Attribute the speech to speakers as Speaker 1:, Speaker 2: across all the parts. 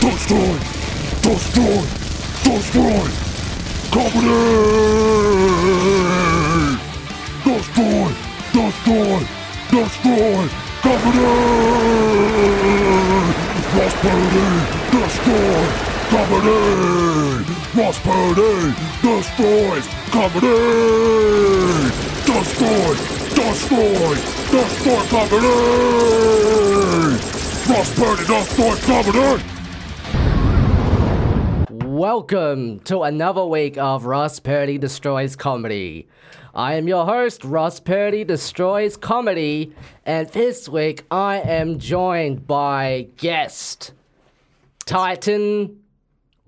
Speaker 1: Destroy! Destroy! Destroy! Company! Destroy! Destroy! Destroy! Company! Prosperity! Destroy! Company! Prosperity! Destroys! Company! Destroy! Destroy! Destroy company! Prosperity! Destroy company!
Speaker 2: Welcome to another week of Ross Purdy Destroys Comedy. I am your host, Ross Purdy Destroys Comedy, and this week I am joined by guest Titan,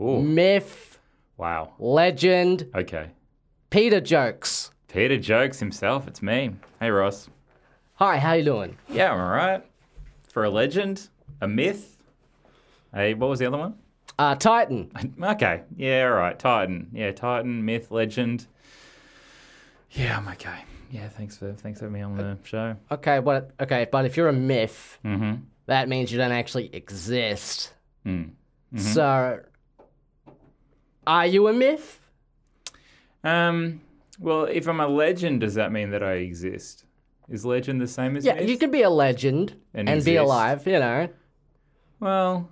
Speaker 3: Ooh,
Speaker 2: myth,
Speaker 3: wow.
Speaker 2: legend,
Speaker 3: Okay.
Speaker 2: Peter Jokes.
Speaker 3: Peter jokes himself. It's me. Hey, Ross.
Speaker 2: Hi, how you doing?
Speaker 3: Yeah, I'm all right. For a legend, a myth. Hey, what was the other one?
Speaker 2: Uh, Titan,
Speaker 3: Okay. Yeah, all right. Titan. Yeah, Titan, myth, legend. Yeah, I'm okay. Yeah, thanks for thanks for having me on the show.
Speaker 2: Okay, but okay, but if you're a myth, that means you don't actually exist. So, are you a myth?
Speaker 3: Um, well, if I'm a legend, does that mean that I exist? Is legend the same as
Speaker 2: Yeah,
Speaker 3: myth?
Speaker 2: you can be a legend and,
Speaker 3: And
Speaker 2: be
Speaker 3: exist.
Speaker 2: alive. You know,
Speaker 3: Well,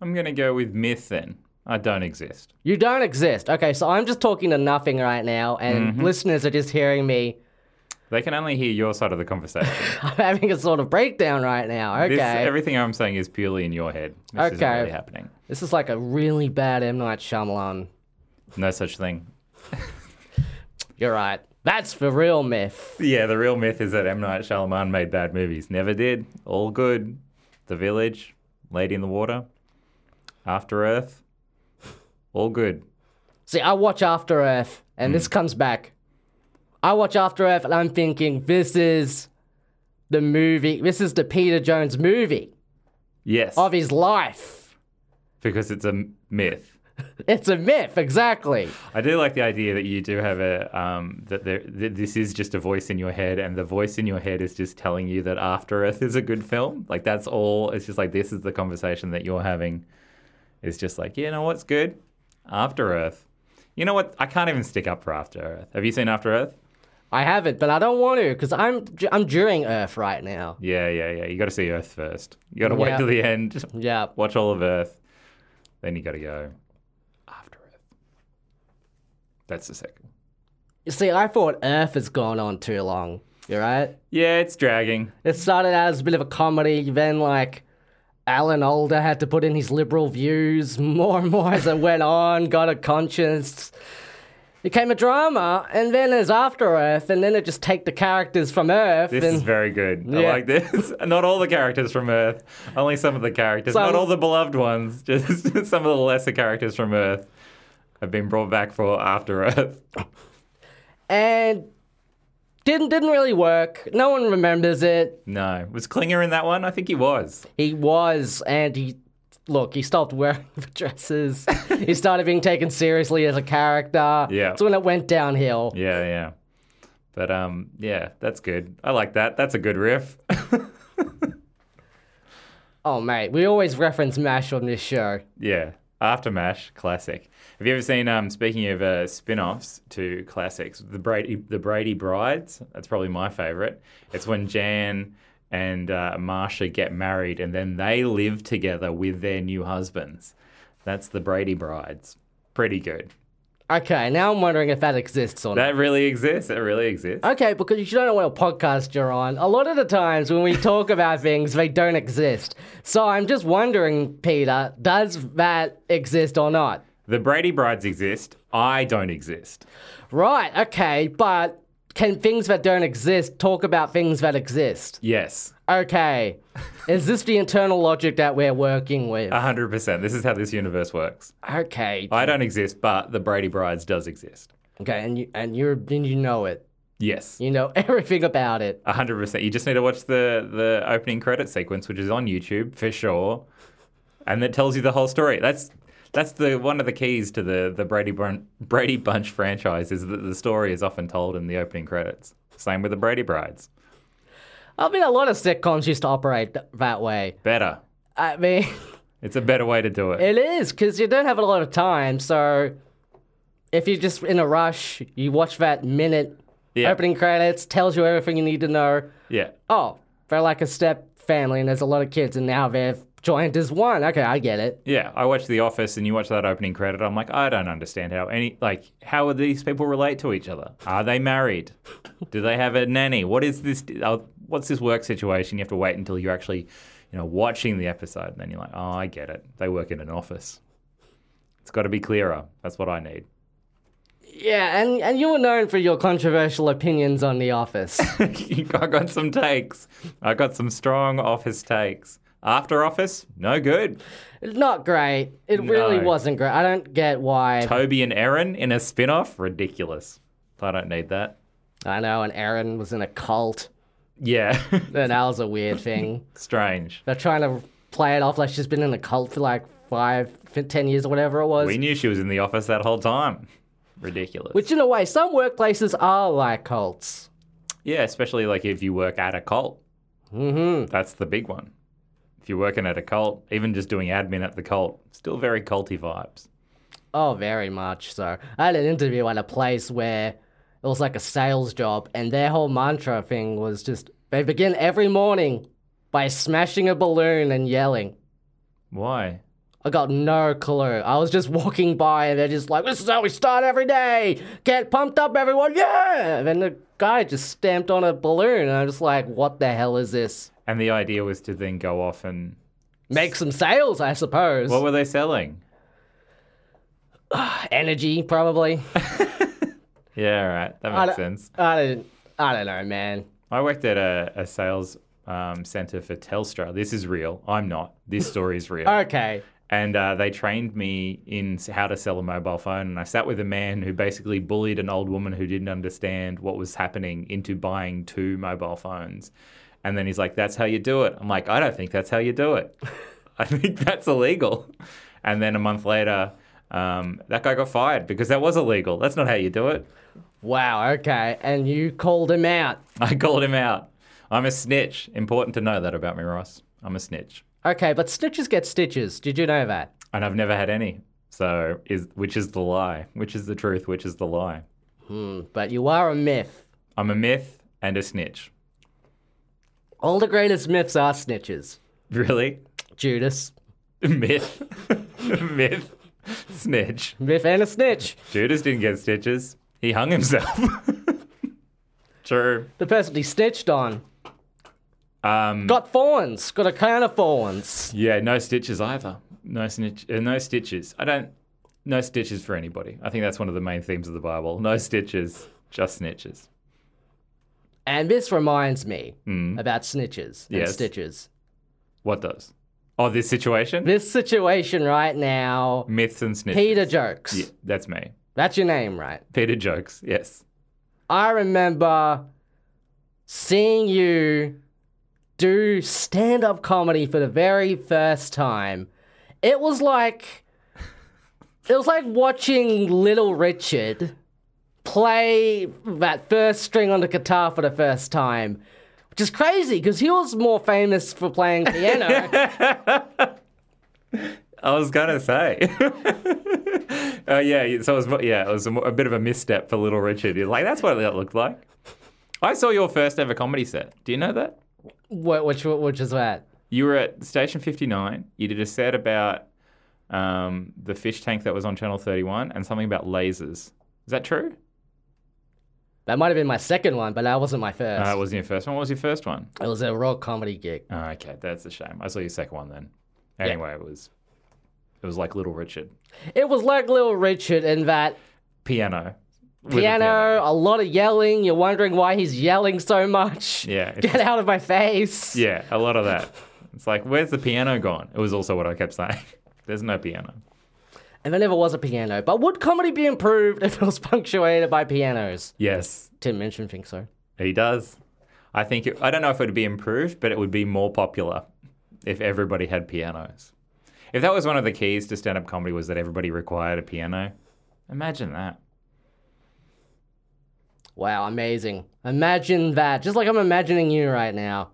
Speaker 3: I'm gonna go with myth then. I don't exist.
Speaker 2: you don't exist. Okay, so I'm just talking to nothing right now, and
Speaker 3: Mm-hmm.
Speaker 2: listeners are just hearing me.
Speaker 3: They can only hear your side of the conversation.
Speaker 2: I'm having a sort of breakdown right now. Okay,
Speaker 3: This,
Speaker 2: this,
Speaker 3: everything I'm saying is purely in your head. This isn't
Speaker 2: Okay.
Speaker 3: really happening.
Speaker 2: is like a really bad M Night Shyamalan.
Speaker 3: No such thing.
Speaker 2: You're right. That's the real myth.
Speaker 3: Yeah, the real myth is that M. Night Shyamalan made bad movies. Never did. All good. The Village, Lady in the Water, After Earth. All good.
Speaker 2: See, I watch After Earth, and
Speaker 3: Mm.
Speaker 2: this comes back. I watch After Earth, and I'm thinking, this is the movie. This is the Peter Jones movie
Speaker 3: Yes.
Speaker 2: of his life.
Speaker 3: Because it's a m- myth.
Speaker 2: It's a myth, exactly.
Speaker 3: I do like the idea that you do have a um, that there that this is just a voice in your head, and the voice in your head is just telling you that After Earth is a good film. Like that's all. It's just like this is the conversation that you're having. It's just like you know what's good, After Earth. You know what? I can't even stick up for After Earth. Have you seen After Earth?
Speaker 2: I haven't, but I don't want to because I'm I'm during Earth right now.
Speaker 3: Yeah, yeah, yeah. You got to see Earth first. You got to
Speaker 2: Yeah.
Speaker 3: wait till the end.
Speaker 2: Yeah.
Speaker 3: Watch all of Earth, then you got to go After Earth. That's the second.
Speaker 2: You see, I thought Earth has gone on too long. You right?
Speaker 3: Yeah, it's dragging.
Speaker 2: It started out as a bit of a comedy, then like Alan Alda had to put in his liberal views more and more as it went on, got a conscience. Became a drama, and then there's After Earth, and then it just take the characters from Earth.
Speaker 3: This
Speaker 2: and
Speaker 3: is very good.
Speaker 2: Yeah.
Speaker 3: I like this. Not all the characters from Earth, only some of the characters.
Speaker 2: Some-
Speaker 3: Not all the beloved ones, just some of the lesser characters from Earth have been brought back for After Earth.
Speaker 2: and didn't didn't really work. No one remembers it.
Speaker 3: No. Was Klinger in that one? I think he was.
Speaker 2: He was, and he look, he stopped wearing the dresses. he started being taken seriously as a character.
Speaker 3: Yeah.
Speaker 2: It's when it went downhill.
Speaker 3: Yeah, yeah. But um, yeah, that's good. I like that. That's a good riff.
Speaker 2: Oh mate, we always reference Mash on this show.
Speaker 3: yeah. After Mash, classic. Have you ever seen? Um, speaking of uh, spin-offs to classics, the Brady, the Brady Brides. That's probably my favorite. It's when Jan and uh, Marsha get married, and then they live together with their new husbands. That's the Brady Brides. Pretty good.
Speaker 2: Okay, now I'm wondering if that exists or not.
Speaker 3: That really exists. It really exists.
Speaker 2: Okay, because you don't know what podcast you're on. A lot of the times when we talk about things, they don't exist. So I'm just wondering, Peter, does that exist or not?
Speaker 3: The Brady Brides exist. I don't exist.
Speaker 2: Right, okay, but can things that don't exist talk about things that exist?
Speaker 3: Yes,
Speaker 2: Okay, is this the internal logic that we're working with?
Speaker 3: hundred percent. This is how this universe works.
Speaker 2: okay,
Speaker 3: Uh, I don't exist, but the Brady Brides does exist.
Speaker 2: okay, and you and you're and you know it.
Speaker 3: Yes.
Speaker 2: You know everything about it.
Speaker 3: A hundred percent. You just need to watch the the opening credit sequence, which is on YouTube for sure, and that tells you the whole story. That's that's the one of the keys to the the Brady Bun- Brady Bunch franchise is that the story is often told in the opening credits. Same with the Brady Brides.
Speaker 2: I mean, a lot of sitcoms used to operate th- that way.
Speaker 3: Better.
Speaker 2: I mean,
Speaker 3: It's a better way to do it.
Speaker 2: It is because you don't have a lot of time. So if you're just in a rush, you watch that minute
Speaker 3: Yeah.
Speaker 2: opening credits, tells you everything you need to know.
Speaker 3: Yeah.
Speaker 2: Oh, they're like a step family, and there's a lot of kids, and now they've joined as one. Okay, I get it.
Speaker 3: Yeah, I watch The Office and you watch that opening credit. I'm like, I don't understand how any like how are these people relate to each other? Are they married? Do they have a nanny? What is this? Uh, what's this work situation? You have to wait until you're actually, you know, watching the episode, and then you're like, oh, I get it. They work in an office. It's got to be clearer. That's what I need.
Speaker 2: Yeah, and, and you were known for your controversial opinions on The Office.
Speaker 3: I got some takes. I got some strong office takes. After office, no good.
Speaker 2: Not great. It really
Speaker 3: No.
Speaker 2: wasn't great. I don't get why.
Speaker 3: Toby and Erin in a spin-off, ridiculous. I don't need that.
Speaker 2: I know, and Aaron was in a cult.
Speaker 3: Yeah.
Speaker 2: And that was a weird thing.
Speaker 3: Strange.
Speaker 2: They're trying to play it off like she's been in a cult for like five, fi- ten years or whatever it was.
Speaker 3: We knew she was in the office that whole time. Ridiculous.
Speaker 2: Which, in a way, some workplaces are like cults.
Speaker 3: yeah, especially like if you work at a cult. Mm-hmm. That's the big one. If you're working at a cult, even just doing admin at the cult, still very culty vibes.
Speaker 2: Oh, very much so. I had an interview at a place where it was like a sales job, and their whole mantra thing was just they begin every morning by smashing a balloon and yelling.
Speaker 3: Why?
Speaker 2: I got no clue. I was just walking by and they're just like, this is how we start every day. Get pumped up, everyone. Yeah. And then the guy just stamped on a balloon. And I'm just like, what the hell is this?
Speaker 3: And the idea was to then go off and
Speaker 2: Make some sales, I suppose.
Speaker 3: what were they selling?
Speaker 2: Energy, probably.
Speaker 3: Yeah, right. That
Speaker 2: I
Speaker 3: makes
Speaker 2: don't-
Speaker 3: sense.
Speaker 2: I don't, I don't know, man.
Speaker 3: I worked at a, a sales um, center for Telstra. This is real. I'm not. This story is real.
Speaker 2: Okay.
Speaker 3: and uh, they trained me in s- how to sell a mobile phone. And I sat with a man who basically bullied an old woman who didn't understand what was happening into buying two mobile phones. And then he's like, "That's how you do it." I'm like, "I don't think that's how you do it. I think that's illegal." And then a month later, um, that guy got fired because that was illegal. That's not how you do it.
Speaker 2: Wow. Okay. And you called him out.
Speaker 3: I called him out. I'm a snitch. Important to know that about me, Ross. I'm a snitch,
Speaker 2: Okay. But snitches get stitches. Did you know that?
Speaker 3: and I've never had any. So is which is the lie? Which is the truth? Which is the lie?
Speaker 2: But you are a myth.
Speaker 3: I'm a myth and a snitch.
Speaker 2: All the greatest myths are snitches.
Speaker 3: Really?
Speaker 2: Judas,
Speaker 3: Myth. myth. Snitch.
Speaker 2: myth and a snitch.
Speaker 3: Judas didn't get stitches. He hung himself. True.
Speaker 2: The person he snitched on
Speaker 3: Um,
Speaker 2: Got thorns. Got a can of thorns.
Speaker 3: yeah, no stitches either. No snitch. Uh, no stitches. I don't. No stitches for anybody. I think that's one of the main themes of the Bible. No stitches, just snitches.
Speaker 2: And this reminds me about snitches and
Speaker 3: Mm. Yes.
Speaker 2: stitches.
Speaker 3: What does? Oh, this situation?
Speaker 2: This situation right now,
Speaker 3: Myths and snitches.
Speaker 2: Peter Jokes.
Speaker 3: Yeah, that's me.
Speaker 2: That's your name, right?
Speaker 3: Peter jokes. Yes.
Speaker 2: I remember seeing you do stand up comedy for the very first time. It was like it was like watching Little Richard play that first string on the guitar for the first time. Which is crazy because he was more famous for playing piano.
Speaker 3: I was gonna say. Oh yeah, so it was mo- yeah, it was a, mo- a bit of a misstep for Little Richard. He's like, that's what that looked like. I saw your first ever comedy set. Do you know that?
Speaker 2: Wh- which which is that?
Speaker 3: You were at Station 59. You did a set about um, the fish tank that was on Channel 31 and something about lasers. Is that true?
Speaker 2: That might have been my second one, but that wasn't my first.
Speaker 3: Uh, it wasn't your first one. What was your first one?
Speaker 2: it was a raw comedy gig.
Speaker 3: Oh, okay, that's a shame. I saw your second one then. Anyway, it was it was like Little Richard.
Speaker 2: It was like Little Richard in that
Speaker 3: Piano. With a
Speaker 2: piano, a lot of yelling. You're wondering why he's yelling so much.
Speaker 3: Yeah, it's
Speaker 2: Get out of my face.
Speaker 3: Yeah, a lot of that. It's like, where's the piano gone? It was also what I kept saying. There's no piano.
Speaker 2: And there never was a piano. But would comedy be improved if it was punctuated by pianos?
Speaker 3: Yes,
Speaker 2: Tim Minchin thinks so.
Speaker 3: he does. I think it, I don't know if it would be improved, but it would be more popular if everybody had pianos. If that was one of the keys to stand-up comedy was that everybody required a piano. Imagine that.
Speaker 2: Wow, amazing. Imagine that. Just like I'm imagining you right now.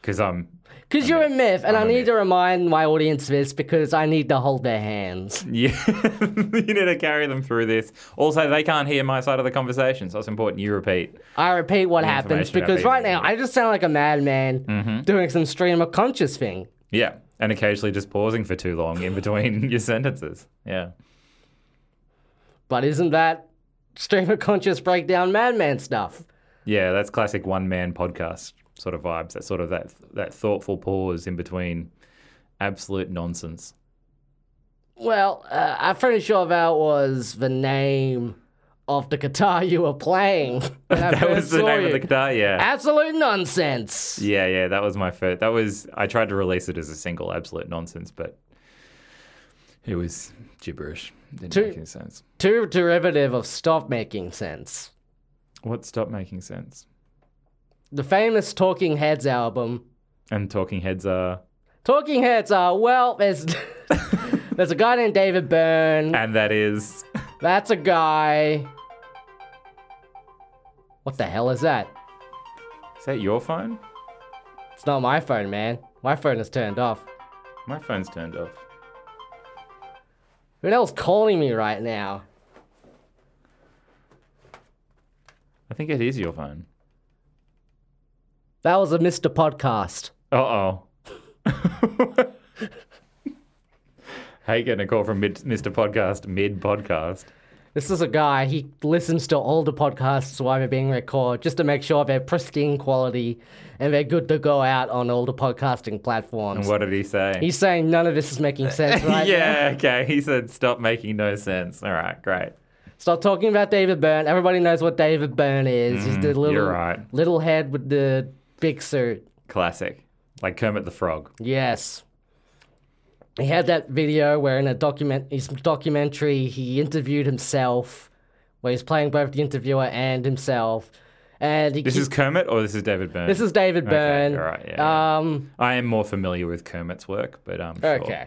Speaker 3: because I'm
Speaker 2: Because you're a myth, and i
Speaker 3: I'm a
Speaker 2: need
Speaker 3: myth.
Speaker 2: to remind my audience this because I need to hold their hands.
Speaker 3: yeah, you need to carry them through this. Also, they can't hear my side of the conversation, so it's important you repeat.
Speaker 2: I repeat what happens
Speaker 3: information about
Speaker 2: because
Speaker 3: being
Speaker 2: right
Speaker 3: a
Speaker 2: now
Speaker 3: myth.
Speaker 2: I just sound like a madman
Speaker 3: Mm-hmm.
Speaker 2: doing some stream of conscious thing.
Speaker 3: Yeah, and occasionally just pausing for too long in between your sentences. Yeah.
Speaker 2: But isn't that stream of conscious breakdown madman stuff?
Speaker 3: Yeah, that's classic one man podcast sort of vibes. That sort of that that thoughtful pause in between absolute nonsense.
Speaker 2: Well, uh, I'm pretty sure that was the name of the guitar you were playing. when I
Speaker 3: That was
Speaker 2: first
Speaker 3: the
Speaker 2: saw
Speaker 3: name of
Speaker 2: you.
Speaker 3: the guitar, yeah.
Speaker 2: Absolute nonsense.
Speaker 3: Yeah, yeah, that was my first. That was I tried to release it as a single, absolute nonsense, but it was gibberish. Didn't
Speaker 2: Two-
Speaker 3: make any sense.
Speaker 2: Too derivative of stop making sense.
Speaker 3: What stopped making sense?
Speaker 2: The famous Talking Heads album.
Speaker 3: And talking heads are
Speaker 2: Talking Heads are well. There's there's a guy named David Byrne.
Speaker 3: and that is
Speaker 2: That's a guy. What the hell is that?
Speaker 3: Is that your phone?
Speaker 2: It's not my phone, man. My phone is turned off.
Speaker 3: My phone's turned off.
Speaker 2: Who the hell's calling me right now?
Speaker 3: I think it is your phone.
Speaker 2: That was a Mr. Podcast.
Speaker 3: Uh oh. Hate getting a call from mid, Mr. Podcast mid podcast.
Speaker 2: This is a guy, he listens to all the podcasts while they're being recorded just to make sure they're pristine quality and they're good to go out on all the podcasting platforms.
Speaker 3: And what did he say?
Speaker 2: He's saying none of this is making sense right now.
Speaker 3: yeah, okay. He said, stop making no sense. All right, great.
Speaker 2: Stop talking about David Byrne. Everybody knows what David Byrne is. He's the little,
Speaker 3: Mm, right.
Speaker 2: little head with the big suit.
Speaker 3: Classic. Like Kermit the Frog.
Speaker 2: Yes. He had that video where in a document his documentary he interviewed himself where he's playing both the interviewer and himself. And he
Speaker 3: This is Kermit or this is David Byrne?
Speaker 2: this is David
Speaker 3: Okay,
Speaker 2: Byrne.
Speaker 3: all right, yeah, yeah.
Speaker 2: Um
Speaker 3: I am more familiar with Kermit's work, but um, sure.
Speaker 2: okay.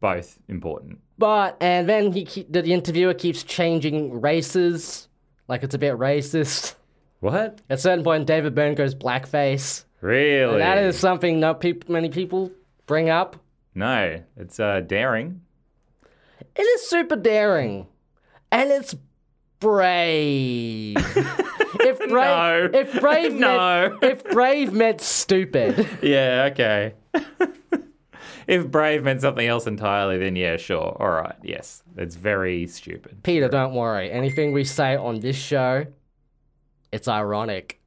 Speaker 3: Both important.
Speaker 2: But and then he keep, the interviewer keeps changing races like it's a bit racist.
Speaker 3: What?
Speaker 2: At a certain point David Byrne goes blackface.
Speaker 3: Really?
Speaker 2: And that is something not peop many people bring up.
Speaker 3: No, it's uh, daring.
Speaker 2: It is super daring. And it's brave. if brave
Speaker 3: No.
Speaker 2: if brave
Speaker 3: No.
Speaker 2: meant, if brave meant stupid.
Speaker 3: Yeah, okay. if brave meant something else entirely, then yeah, sure. All right, yes. It's very stupid.
Speaker 2: Peter, don't worry. Anything we say on this show, it's ironic.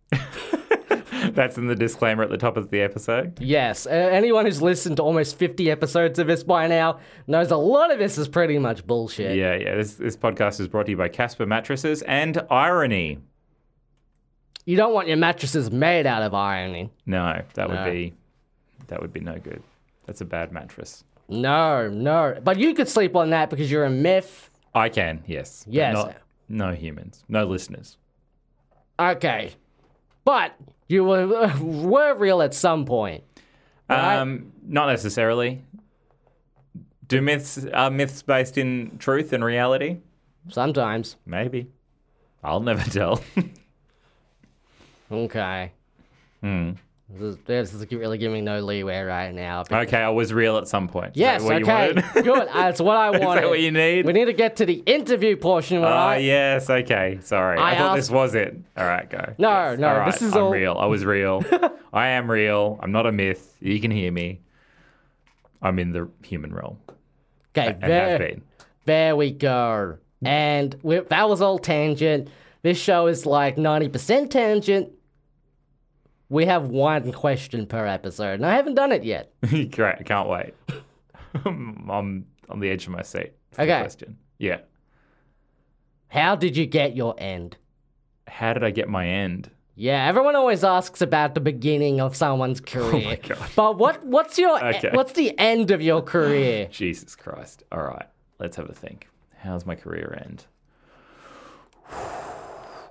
Speaker 3: That's in the disclaimer at the top of the episode.
Speaker 2: Yes, a- anyone who's listened to almost 50 episodes of this by now knows a lot of this is pretty much bullshit.
Speaker 3: Yeah, yeah. This, this podcast is brought to you by Casper Mattresses and Irony.
Speaker 2: You don't want your mattresses made out of ironing.
Speaker 3: No, that would
Speaker 2: No.
Speaker 3: be that would be no good. That's a bad mattress.
Speaker 2: No, no. But you could sleep on that because you're a myth.
Speaker 3: I can, yes. but
Speaker 2: Yes.
Speaker 3: not- no humans. No listeners.
Speaker 2: Okay. But you were, were real at some point.
Speaker 3: Um, not necessarily. Do myths are myths based in truth and reality?
Speaker 2: Sometimes.
Speaker 3: Maybe. I'll never tell.
Speaker 2: Okay. Hmm. This is, this is really giving me no leeway right now. But-
Speaker 3: Okay, I was real at some point. Is
Speaker 2: yes,
Speaker 3: that what
Speaker 2: okay.
Speaker 3: You wanted?
Speaker 2: Good. That's what I
Speaker 3: Is
Speaker 2: wanted.
Speaker 3: that what you need?
Speaker 2: We need to get to the interview portion where
Speaker 3: Oh,
Speaker 2: I.
Speaker 3: yes, okay. Sorry. I,
Speaker 2: I
Speaker 3: thought
Speaker 2: asked-
Speaker 3: this was it. All right, go.
Speaker 2: No,
Speaker 3: Yes,
Speaker 2: no,
Speaker 3: all right,
Speaker 2: this is
Speaker 3: I'm
Speaker 2: all-
Speaker 3: real. I was real. I am real. I'm not a myth. You can hear me. I'm in the human realm
Speaker 2: Okay,
Speaker 3: and have
Speaker 2: there,
Speaker 3: been.
Speaker 2: there we go.
Speaker 3: Mm.
Speaker 2: And we, that was all tangent. This show is like 90% tangent. We have one question per episode, and I haven't done it yet.
Speaker 3: Great. I can't wait. I'm I'm on the edge of my seat. for the
Speaker 2: Okay.
Speaker 3: question. Yeah.
Speaker 2: How did you get your end?
Speaker 3: How did I get my end?
Speaker 2: Yeah, everyone always asks about the beginning of someone's career.
Speaker 3: Oh God.
Speaker 2: But what what's your
Speaker 3: Okay.
Speaker 2: what's the end of your career?
Speaker 3: Jesus Christ. All right, let's have a think. How's my career end?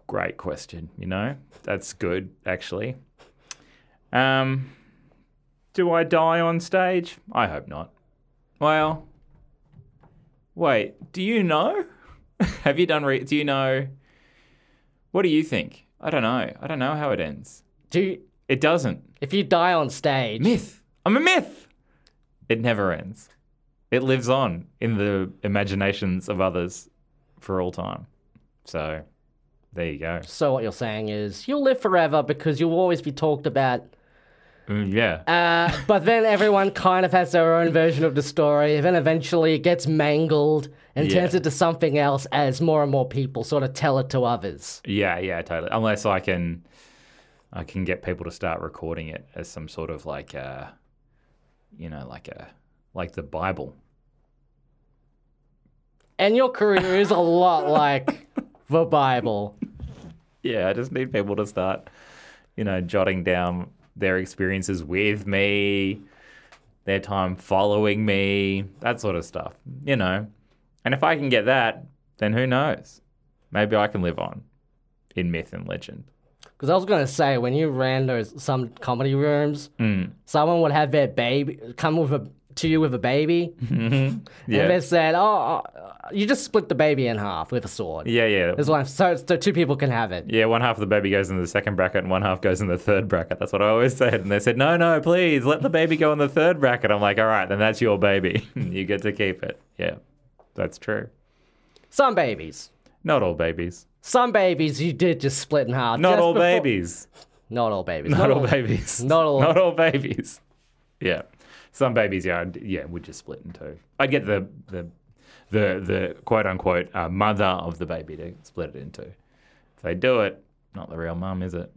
Speaker 3: Great question, you know? That's good, actually. Um, do I die on stage? I hope not. Well, wait, do you know? have you done, re- do you know? What do you think? I don't know. I don't know how it ends.
Speaker 2: Do
Speaker 3: It doesn't.
Speaker 2: If you die on stage,
Speaker 3: Myth. I'm a myth. It never ends. It lives on in the imaginations of others for all time. So there you go.
Speaker 2: so what you're saying is you'll live forever because you'll always be talked about.
Speaker 3: Mm, yeah.
Speaker 2: Uh, but then everyone kind of has their own version of the story, and then eventually it gets mangled and
Speaker 3: Yeah.
Speaker 2: turns into something else as more and more people sort of tell it to others.
Speaker 3: Yeah, yeah, totally. Unless I can, I can get people to start recording it as some sort of like a, you know, like a, like the Bible.
Speaker 2: And your career is a lot like the Bible.
Speaker 3: Yeah, I just need people to start, you know, jotting down their experiences with me, their time following me, that sort of stuff. You know, and if I can get that, then who knows? Maybe I can live on in myth and legend.
Speaker 2: Because I was gonna say when you ran those some comedy rooms,
Speaker 3: Mm.
Speaker 2: someone would have their baby come with a to you with a baby,
Speaker 3: Yeah,
Speaker 2: and they said, "Oh, uh, you just split the baby in half with a sword."
Speaker 3: yeah, yeah.
Speaker 2: There's one, so, so two people can have it.
Speaker 3: Yeah, one half of the baby goes in the second bracket and one half goes in the third bracket. That's what I always said. And they said, no, no, please let the baby go in the third bracket. I'm like, all right, then that's your baby. you get to keep it. Yeah, that's true.
Speaker 2: Some babies,
Speaker 3: Not all babies.
Speaker 2: some babies, you did just split in half.
Speaker 3: Not
Speaker 2: just
Speaker 3: all
Speaker 2: before-
Speaker 3: babies.
Speaker 2: Not all babies.
Speaker 3: Not all babies.
Speaker 2: not all-
Speaker 3: Not all babies. Yeah. Some babies, yeah, I'd- yeah, would just split in two. I'd get the the the, the quote unquote uh, mother of the baby to split it in two. If they do it, not the real mum, is it?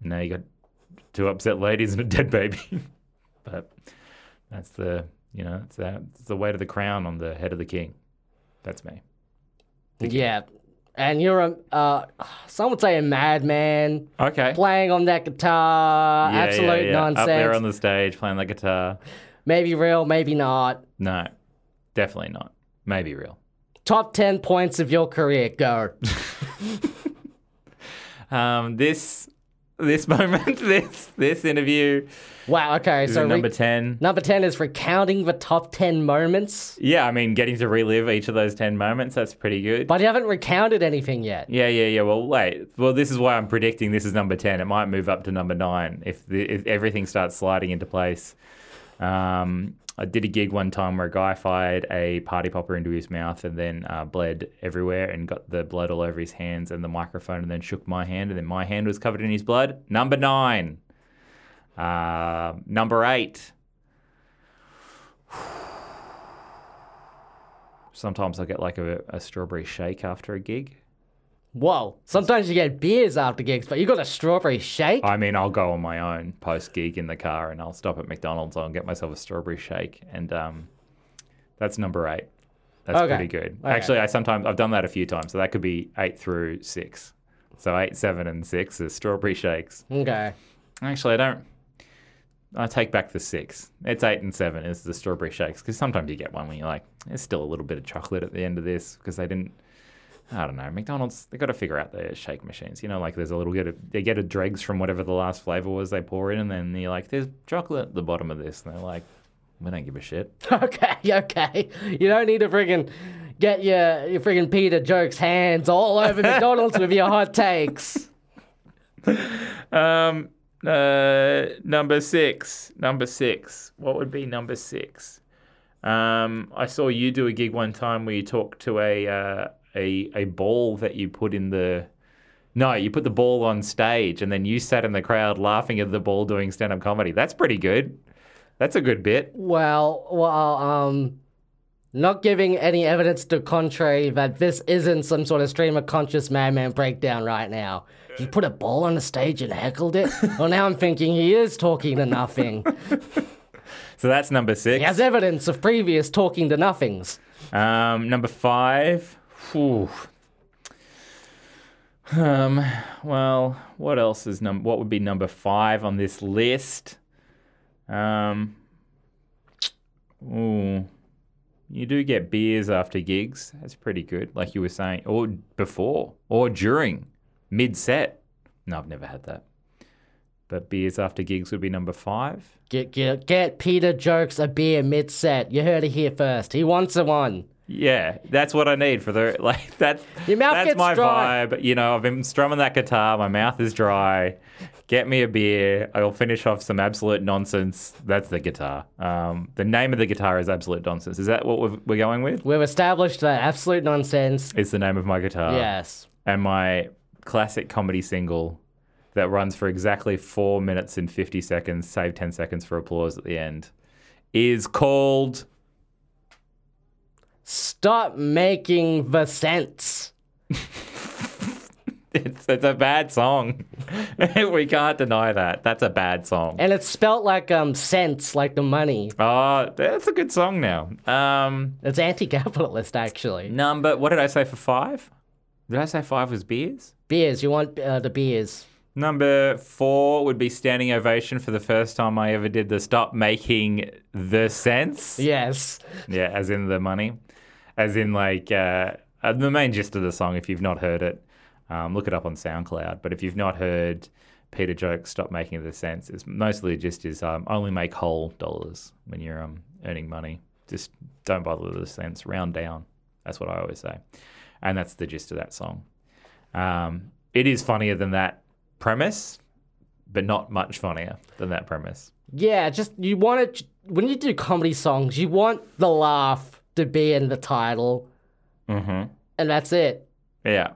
Speaker 3: Now you got two upset ladies and a dead baby. but that's the you know it's that it's the weight of the crown on the head of the king. That's me.
Speaker 2: Yeah, and you're a uh, some would say a madman
Speaker 3: Okay.
Speaker 2: playing on that guitar.
Speaker 3: Yeah, yeah,
Speaker 2: absolute
Speaker 3: yeah.
Speaker 2: nonsense.
Speaker 3: Up there on the stage playing the guitar.
Speaker 2: Maybe real, maybe not.
Speaker 3: No, definitely not. Maybe real.
Speaker 2: Top ten points of your career. Go.
Speaker 3: Um, this this moment, this this interview
Speaker 2: Wow. Okay.
Speaker 3: is
Speaker 2: So
Speaker 3: at number
Speaker 2: re-
Speaker 3: ten.
Speaker 2: number ten is recounting the top ten moments,
Speaker 3: Yeah, I mean, getting to relive each of those ten moments, that's pretty good.
Speaker 2: but you haven't recounted anything yet.
Speaker 3: yeah, yeah, yeah. Well, wait. Well, this is why I'm predicting this is number ten. It might move up to number nine if the, if everything starts sliding into place. Um, I did a gig one time where a guy fired a party popper into his mouth and then uh, bled everywhere and got the blood all over his hands and the microphone and then shook my hand and then my hand was covered in his blood. Number nine. Uh, number eight. Sometimes I get like a, a strawberry shake after a gig.
Speaker 2: Whoa. Sometimes you get beers after gigs, but you got a strawberry shake.
Speaker 3: I mean, I'll go on my own post gig in the car and I'll stop at McDonald's. I'll get myself a strawberry shake. And um, that's number eight. That's
Speaker 2: Okay.
Speaker 3: pretty good.
Speaker 2: Okay.
Speaker 3: Actually, I sometimes, I've done that a few times. So that could be eight through six. So eight, seven, and six is strawberry shakes.
Speaker 2: okay.
Speaker 3: Actually, I don't. I take back the six. It's eight and seven is the strawberry shakes because sometimes you get one when you're like, there's still a little bit of chocolate at the end of this because they didn't. I don't know. McDonald's they got to figure out their shake machines. You know, like there's a little bit of they get a dregs from whatever the last flavor was they pour in, and then you're like, there's chocolate at the bottom of this, and they're like, we don't give a shit.
Speaker 2: Okay. Okay. You don't need to friggin' get your your friggin' Peter jokes hands all over McDonald's with your hot takes.
Speaker 3: Um, uh, number six. Number six. What would be number six? Um, I saw you do a gig one time where you talked to a uh, a a ball that you put in the. No, you put the ball on stage, and then you sat in the crowd laughing at the ball doing stand up comedy. That's pretty good. That's a good bit.
Speaker 2: Well, well, um, not giving any evidence to contrary that this isn't some sort of stream of conscious madman breakdown right now. He put a ball on the stage and heckled it. well, now I'm thinking he is talking to nothing.
Speaker 3: So that's number six.
Speaker 2: He has evidence of previous talking to nothings.
Speaker 3: Um, number five. Whew. Um, well, what else is num? What would be number five on this list? Um, ooh, you do get beers after gigs. That's pretty good, like you were saying, or before, or during, mid set. No, I've never had that. But beers after gigs would be number five.
Speaker 2: Get, get, get Peter Jokes a beer mid set. You heard it here first. He wants a one.
Speaker 3: Yeah, that's what I need for the like. That's
Speaker 2: Your mouth
Speaker 3: that's
Speaker 2: gets
Speaker 3: my
Speaker 2: dry.
Speaker 3: vibe. You know, I've been strumming that guitar. My mouth is dry. Get me a beer. I'll finish off some absolute nonsense. That's the guitar. Um, the name of the guitar is absolute nonsense. Is that what we've, we're going with?
Speaker 2: We've established that absolute nonsense.
Speaker 3: It's the name of my guitar.
Speaker 2: yes.
Speaker 3: And my classic comedy single that runs for exactly four minutes and 50 seconds, save 10 seconds for applause at the end, is called.
Speaker 2: Stop making the sense.
Speaker 3: It's, it's a bad song. we can't deny that. That's a bad song.
Speaker 2: And it's spelt like um cents, like the money.
Speaker 3: Oh, that's a good song now. Um,
Speaker 2: It's anti-capitalist, actually.
Speaker 3: number, what did I say for five? Did I say five was beers?
Speaker 2: Beers. You want uh, the beers?
Speaker 3: Number four would be standing ovation for the first time I ever did the stop making the sense.
Speaker 2: Yes.
Speaker 3: Yeah, as in the money, as in like uh, uh, the main gist of the song. If you've not heard it, um, look it up on SoundCloud. But if you've not heard Peter Joke, stop making the sense. It's mostly the gist is um, only make whole dollars when you're um, earning money. Just don't bother with the cents. Round down. That's what I always say, and that's the gist of that song. Um, it is funnier than that premise, but not much funnier than that premise.
Speaker 2: Yeah. Just you want it when you do comedy songs. You want the laugh to be in the title,
Speaker 3: Mm-hmm.
Speaker 2: and that's it.
Speaker 3: Yeah.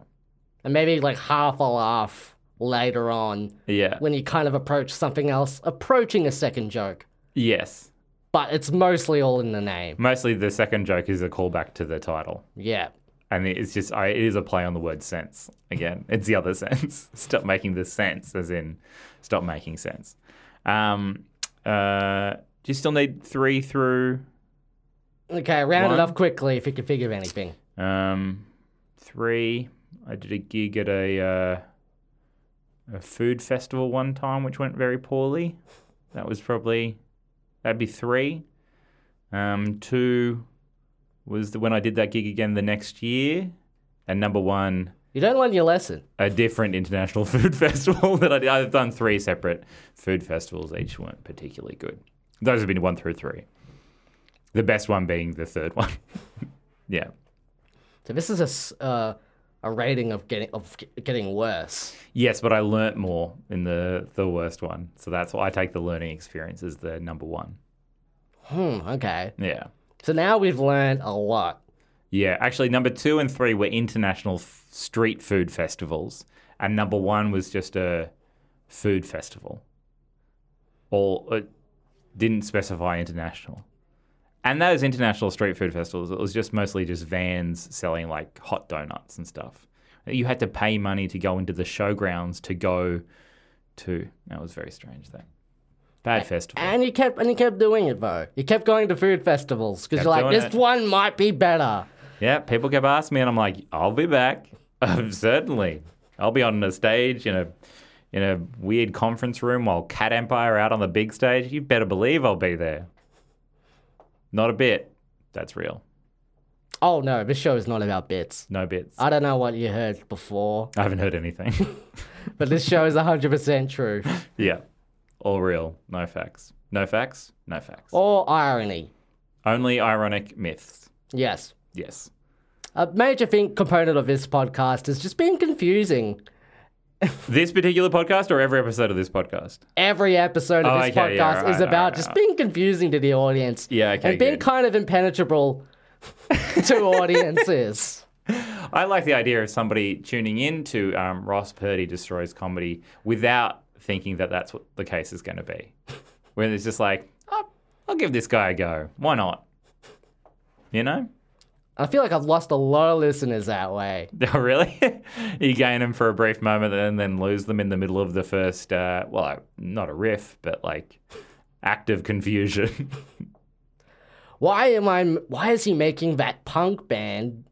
Speaker 2: And maybe like half a laugh later on
Speaker 3: Yeah.
Speaker 2: when you kind of approach something else, approaching a second joke.
Speaker 3: Yes.
Speaker 2: But it's mostly all in the name.
Speaker 3: Mostly the second joke is a callback to the title.
Speaker 2: Yeah.
Speaker 3: And it's just, I, it is a play on the word sense. Again, it's the other sense. Stop making the sense, as in stop making sense. Um, uh, do you still need three through?
Speaker 2: Okay, round
Speaker 3: One.
Speaker 2: it up quickly if you can figure of anything.
Speaker 3: Um, three. I did a gig at a, uh, a food festival one time, which went very poorly. That was probably that'd be three. Um, two was the, when I did that gig again the next year, and number one,
Speaker 2: You don't learn your lesson.
Speaker 3: a different international food festival that I did. I've done three separate food festivals. Each weren't particularly good. Those have been one through three. The best one being the third one. yeah.
Speaker 2: So this is a s- uh, a rating of getting of g- getting worse.
Speaker 3: Yes, but I learnt more in the the worst one. So that's why I take the learning experience as the number one.
Speaker 2: Hmm. Okay.
Speaker 3: Yeah.
Speaker 2: So now we've learned a lot.
Speaker 3: Yeah. Actually, number two and three were international f- street food festivals, and number one was just a food festival. All it didn't specify international. And those international street food festivals, it was just mostly just vans selling like hot donuts and stuff. You had to pay money to go into the showgrounds to go to. That was very strange. That bad festival.
Speaker 2: And you kept and you kept doing it though. You kept going to food festivals because
Speaker 3: Kept
Speaker 2: you're like,
Speaker 3: doing
Speaker 2: this
Speaker 3: it.
Speaker 2: one might be better.
Speaker 3: Yeah, people kept asking me, and I'm like, I'll be back. Oh, Certainly, I'll be on a stage in a in a weird conference room while Cat Empire out on the big stage. You better believe I'll be there. Not a bit. That's real.
Speaker 2: Oh no, this show is not about bits.
Speaker 3: No bits. I,
Speaker 2: I don't know what you heard before,
Speaker 3: haven't heard anything.
Speaker 2: but this show is 100% true.
Speaker 3: yeah, all real. No facts. No facts. No facts.
Speaker 2: Or irony.
Speaker 3: Only ironic myths.
Speaker 2: Yes.
Speaker 3: Yes.
Speaker 2: A major thing component of this podcast is just being confusing.
Speaker 3: This particular podcast, or every episode of this podcast.
Speaker 2: Every episode of
Speaker 3: Oh,
Speaker 2: this
Speaker 3: okay,
Speaker 2: podcast
Speaker 3: yeah,
Speaker 2: is
Speaker 3: right,
Speaker 2: about
Speaker 3: right,
Speaker 2: just
Speaker 3: right.
Speaker 2: being confusing to the audience.
Speaker 3: Yeah, okay,
Speaker 2: And being
Speaker 3: good.
Speaker 2: kind of impenetrable to audiences.
Speaker 3: I like the idea of somebody tuning in to um, Ross Purdy destroys comedy without thinking that that's what the case is going to be. When it's just like, oh, I'll give this guy a go. Why not? You know?
Speaker 2: I feel like I've lost a lot of listeners that way.
Speaker 3: Oh, really? you gain them for a brief moment and then lose them in the middle of the first, uh, well, uh, not a riff, but like act of confusion.
Speaker 2: Why am I? Why is he making that punk band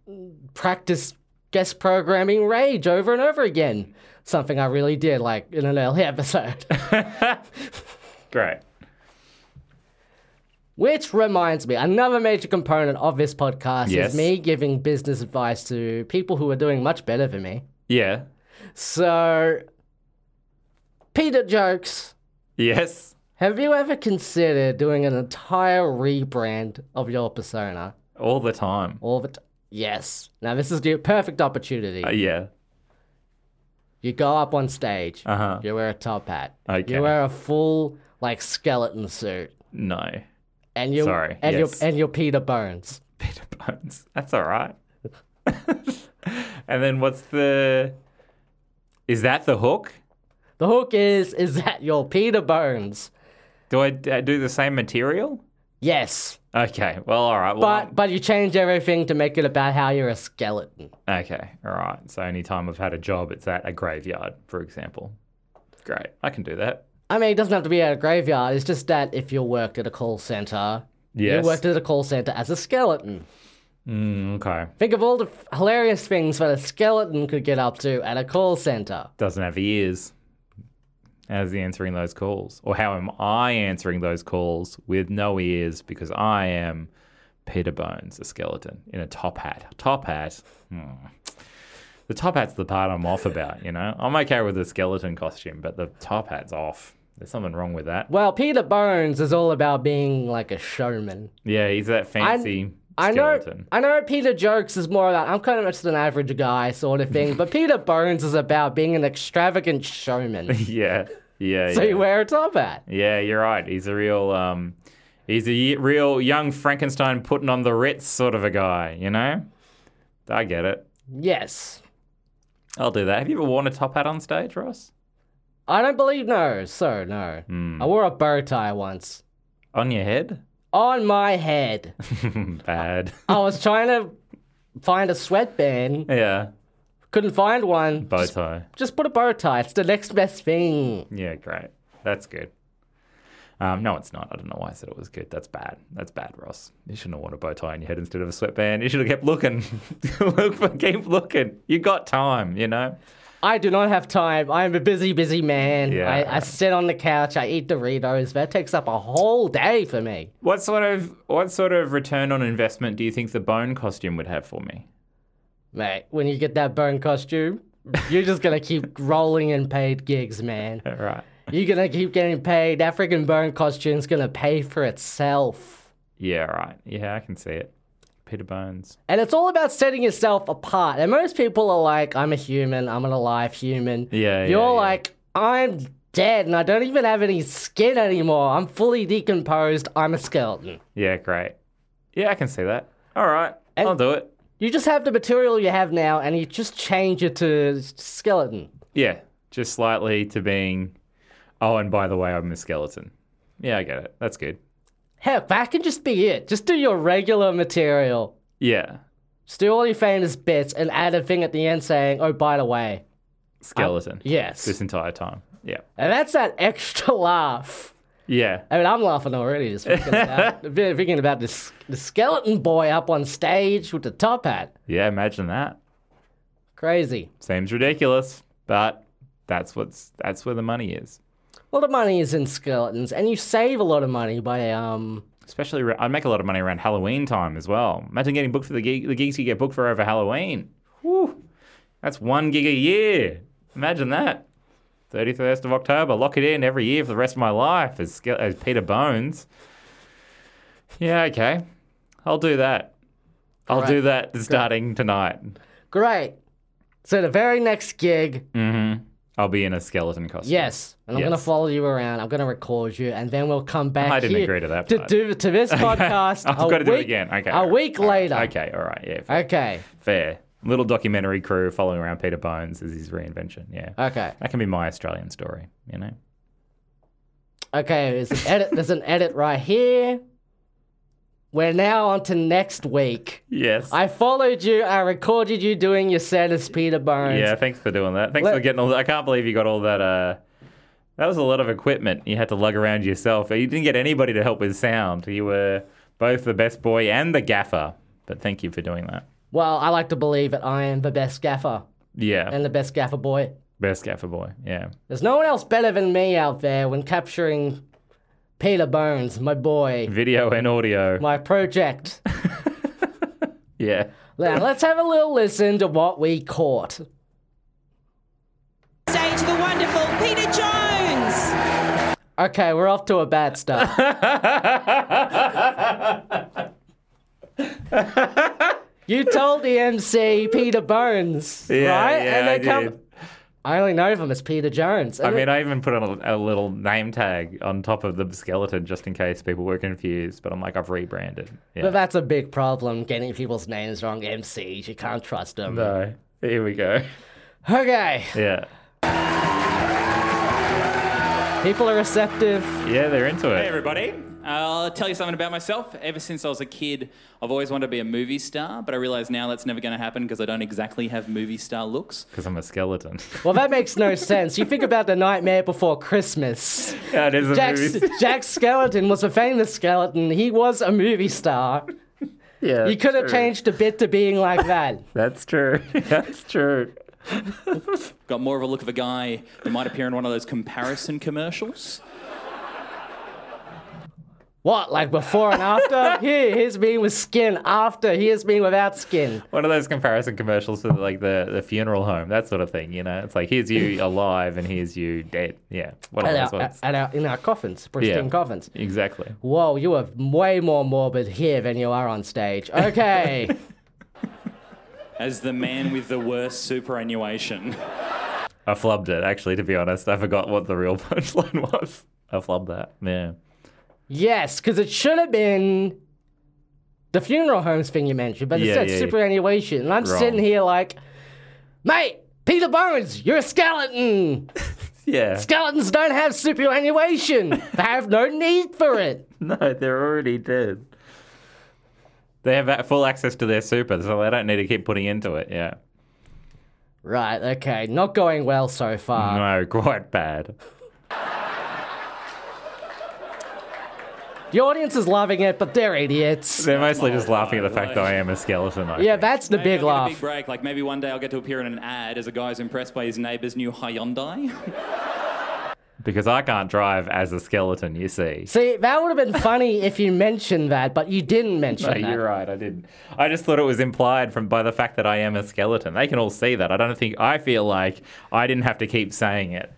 Speaker 2: practice guest programming rage over and over again? Something I really did like in an early episode.
Speaker 3: Great.
Speaker 2: Which reminds me, another major component of this podcast
Speaker 3: Yes.
Speaker 2: is me giving business advice to people who are doing much better than me.
Speaker 3: Yeah.
Speaker 2: So, Peter jokes.
Speaker 3: Yes.
Speaker 2: Have you ever considered doing an entire rebrand of your persona?
Speaker 3: All the time.
Speaker 2: All the t- yes. Now this is the perfect opportunity.
Speaker 3: Uh, yeah.
Speaker 2: You go up on stage.
Speaker 3: Uh-huh.
Speaker 2: You wear a top hat.
Speaker 3: Okay.
Speaker 2: You wear a full like skeleton suit,
Speaker 3: No.
Speaker 2: and you
Speaker 3: Sorry,
Speaker 2: and
Speaker 3: yes.
Speaker 2: you and you're Peter Bones.
Speaker 3: Peter Bones. That's all right. and then what's the. Is that the hook?
Speaker 2: The hook is is that you're Peter Bones.
Speaker 3: Do I uh, do the same material?
Speaker 2: Yes,
Speaker 3: Okay. Well, all right. Well,
Speaker 2: but but you change everything to make it about how you're a skeleton.
Speaker 3: Okay, all right. So anytime I've had a job, it's at a graveyard, for example. Great, I can do that.
Speaker 2: I mean, it doesn't have to be at a graveyard. It's just that if you worked at a call center,
Speaker 3: Yes.
Speaker 2: you worked at a call center as a skeleton.
Speaker 3: Mm, okay,
Speaker 2: Think of all the f- hilarious things that a skeleton could get up to at a call center.
Speaker 3: doesn't have ears. How's he answering those calls? Or how am I answering those calls with no ears because I am Peter Bones, a skeleton in a top hat? Top hat. Hmm. The top hat's the part I'm off about, you know? I'm okay with the skeleton costume, but the top hat's off. There's something wrong with that.
Speaker 2: Well, Peter Bones is all about being like a showman.
Speaker 3: Yeah, he's that fancy
Speaker 2: I know,
Speaker 3: skeleton.
Speaker 2: I know. Peter Jokes is more about I'm kind of just an average guy sort of thing, but Peter Bones is about being an extravagant showman.
Speaker 3: Yeah, yeah,
Speaker 2: so
Speaker 3: yeah.
Speaker 2: you wear a top hat.
Speaker 3: yeah, you're right. He's a real, um, he's a y- real young Frankenstein putting on the Ritz sort of a guy. You know, I get it.
Speaker 2: Yes,
Speaker 3: I'll do that. Have you ever worn a top hat on stage, Ross?
Speaker 2: I don't believe no, sir, no.
Speaker 3: Hmm.
Speaker 2: I wore a bow tie once
Speaker 3: On your head?
Speaker 2: on my head.
Speaker 3: Bad.
Speaker 2: I was trying to find a sweatband,
Speaker 3: yeah,
Speaker 2: couldn't find one.
Speaker 3: bow tie.
Speaker 2: Just put a bow tie. It's the next best thing.
Speaker 3: Yeah, great. That's good. Um, no, it's not. I don't know why I said it was good. That's bad. That's bad, Ross. You shouldn't have worn a bow tie on your head instead of a sweatband. You should have kept looking. Look, for- keep looking. You got time, you know?
Speaker 2: I do not have time. I am a busy, busy man.
Speaker 3: Yeah.
Speaker 2: I, I sit on the couch. I eat Doritos. That takes up a whole day for me.
Speaker 3: What sort of what sort of return on investment do you think the bone costume would have for me?
Speaker 2: Mate, when you get that burn costume, you're just going to keep rolling in paid gigs, man.
Speaker 3: All right.
Speaker 2: You're going to keep getting paid. That freaking burn costume's going to pay for itself.
Speaker 3: Yeah, right. Yeah, I can see it. Peter Bones.
Speaker 2: And it's all about setting yourself apart. And most people are like, I'm a human, I'm an alive human.
Speaker 3: Yeah,
Speaker 2: You're
Speaker 3: yeah, yeah.
Speaker 2: like, I'm dead and I don't even have any skin anymore. I'm fully decomposed. I'm a skeleton.
Speaker 3: Yeah, great. Yeah, I can see that. All right.
Speaker 2: And-
Speaker 3: I'll do it.
Speaker 2: You just have the material you have now and you just change it to s- skeleton.
Speaker 3: Yeah, just slightly to being Oh, and by the way, I'm a skeleton. Yeah, I get it. That's good.
Speaker 2: Heck, that can just be it. Just do your regular material.
Speaker 3: Yeah.
Speaker 2: Just do all your famous bits and add a thing at the end saying, oh, by the way.
Speaker 3: Skeleton.
Speaker 2: Yes.
Speaker 3: This entire time. Yeah.
Speaker 2: And that's that extra laugh.
Speaker 3: Yeah.
Speaker 2: I mean, I'm laughing already just thinking about, thinking about this the skeleton boy up on stage with the top hat.
Speaker 3: Yeah, imagine that.
Speaker 2: Crazy.
Speaker 3: Seems ridiculous, but that's what's that's where the money is.
Speaker 2: A lot of money is in skeletons, and you save a lot of money by um.
Speaker 3: especially ra- I make a lot of money around Halloween time as well. Imagine getting booked for the gig, the gigs you get booked for over Halloween. Whew, that's one gig a year. Imagine that. 31st of October, lock it in every year for the rest of my life as, Ske- as Peter Bones. Yeah, okay. I'll do that. I'll do that starting tonight.
Speaker 2: Great. So the very next gig,
Speaker 3: Mm-hmm. I'll be in a skeleton costume.
Speaker 2: yes, and I'm gonna
Speaker 3: Mm. Yes.
Speaker 2: follow you around. I'm gonna record you, and then we'll come back.
Speaker 3: I didn't
Speaker 2: here
Speaker 3: agree to that
Speaker 2: To
Speaker 3: part.
Speaker 2: do to this podcast.
Speaker 3: I've
Speaker 2: a
Speaker 3: got to do it
Speaker 2: week-
Speaker 3: again. Okay.
Speaker 2: A
Speaker 3: all right,
Speaker 2: week
Speaker 3: all right.
Speaker 2: later.
Speaker 3: Okay, all right. Yeah, fair.
Speaker 2: Okay.
Speaker 3: fair. Little documentary crew following around Peter Bones as his reinvention. Yeah.
Speaker 2: Okay.
Speaker 3: That can be my Australian story, you know?
Speaker 2: Okay. There's an edit. there's an edit right here. We're now on to next week.
Speaker 3: Yes.
Speaker 2: I followed you. I recorded you doing your set as Peter Bones.
Speaker 3: yeah, thanks for doing that. Thanks
Speaker 2: Let-
Speaker 3: for getting all that. I can't believe you got all that. Uh, that was a lot of equipment you had to lug around yourself. You didn't get anybody to help with sound. You were both the best boy and the gaffer. But thank you for doing that.
Speaker 2: Well, I like to believe that I am the best gaffer
Speaker 3: Yeah,
Speaker 2: and the best gaffer boy.
Speaker 3: best gaffer boy. Yeah.
Speaker 2: There's no one else better than me out there when capturing Peter Bones, my boy,
Speaker 3: Video and audio.
Speaker 2: my project.
Speaker 3: Yeah.
Speaker 2: now, let's have a little listen to what we caught.
Speaker 4: stage the wonderful Peter Jones.
Speaker 2: Okay, we're off to a bad start. you told the MC Peter Bones,
Speaker 3: Yeah,
Speaker 2: right?
Speaker 3: yeah,
Speaker 2: and
Speaker 3: I
Speaker 2: they come
Speaker 3: did.
Speaker 2: I only know of him as Peter Jones.
Speaker 3: I
Speaker 2: And
Speaker 3: mean, I even put on a, a little name tag on top of the skeleton just in case people were confused. But I'm like, I've rebranded. Yeah.
Speaker 2: But that's a big problem, getting people's names wrong. MCs, you can't trust them.
Speaker 3: no, here we go.
Speaker 2: Okay,
Speaker 3: Yeah,
Speaker 2: people are receptive.
Speaker 3: yeah, they're into
Speaker 5: Hey,
Speaker 3: it.
Speaker 5: everybody. I'll tell you something about myself. Ever since I was a kid, I've always wanted to be a movie star, but I realize now that's never going to happen because I don't exactly have movie star looks.
Speaker 3: Because I'm a skeleton.
Speaker 2: Well, that makes no sense. You think about the Nightmare Before Christmas.
Speaker 3: yeah, it is a
Speaker 2: Jack,
Speaker 3: movie.
Speaker 2: Jack Skeleton was a famous skeleton. He was a movie star.
Speaker 3: Yeah,
Speaker 2: You could have
Speaker 3: true.
Speaker 2: changed a bit to being like that.
Speaker 3: That's true. That's true.
Speaker 5: Got more of a look of a guy who might appear in one of those comparison commercials.
Speaker 2: What, like before and after? Here, here's me with skin. After, here's me without skin.
Speaker 3: One of those comparison commercials for like the, the funeral home, that sort of thing. You know, it's like here's you alive and here's you dead. Yeah, one of
Speaker 2: At
Speaker 3: those
Speaker 2: our,
Speaker 3: ones.
Speaker 2: at our, in our coffins, pristine
Speaker 3: Oh, Yeah.
Speaker 2: coffins.
Speaker 3: Exactly.
Speaker 2: Whoa, you are way more morbid here than you are on stage. Okay.
Speaker 5: As the man with the worst superannuation.
Speaker 3: I flubbed it actually. To be honest, I forgot what the real punchline was. I flubbed that. Yeah.
Speaker 2: yes, because it should have been the funeral homes thing you mentioned, but
Speaker 3: Yeah,
Speaker 2: it said
Speaker 3: yeah, yeah.
Speaker 2: superannuation. And I'm
Speaker 3: Wrong.
Speaker 2: sitting here like, mate, Peter Bones, you're a skeleton.
Speaker 3: Yeah.
Speaker 2: Skeletons don't have superannuation, they have no need for it.
Speaker 3: No, they're already dead. They have a- full access to their super, so they don't need to keep putting into it. Yeah.
Speaker 2: Right, okay. Not going well so far.
Speaker 3: no, quite bad.
Speaker 2: The audience is loving it, but they're idiots.
Speaker 3: They're mostly just laughing at the fact that
Speaker 5: Lord.
Speaker 3: I am a skeleton. I
Speaker 2: Yeah,
Speaker 3: think.
Speaker 2: that's the
Speaker 5: Maybe
Speaker 2: big
Speaker 5: I'll get a
Speaker 2: laugh.
Speaker 5: big break. Like maybe one day I'll get to appear in an ad as a guy's impressed by his neighbour's new Hyundai.
Speaker 3: because I can't drive as a skeleton. You see.
Speaker 2: See, that would have been funny if you mentioned that, but you didn't mention
Speaker 3: No,
Speaker 2: that.
Speaker 3: you're right. I didn't. I just thought it was implied from by the fact that I am a skeleton. They can all see that. I don't think. I feel like I didn't have to keep saying it.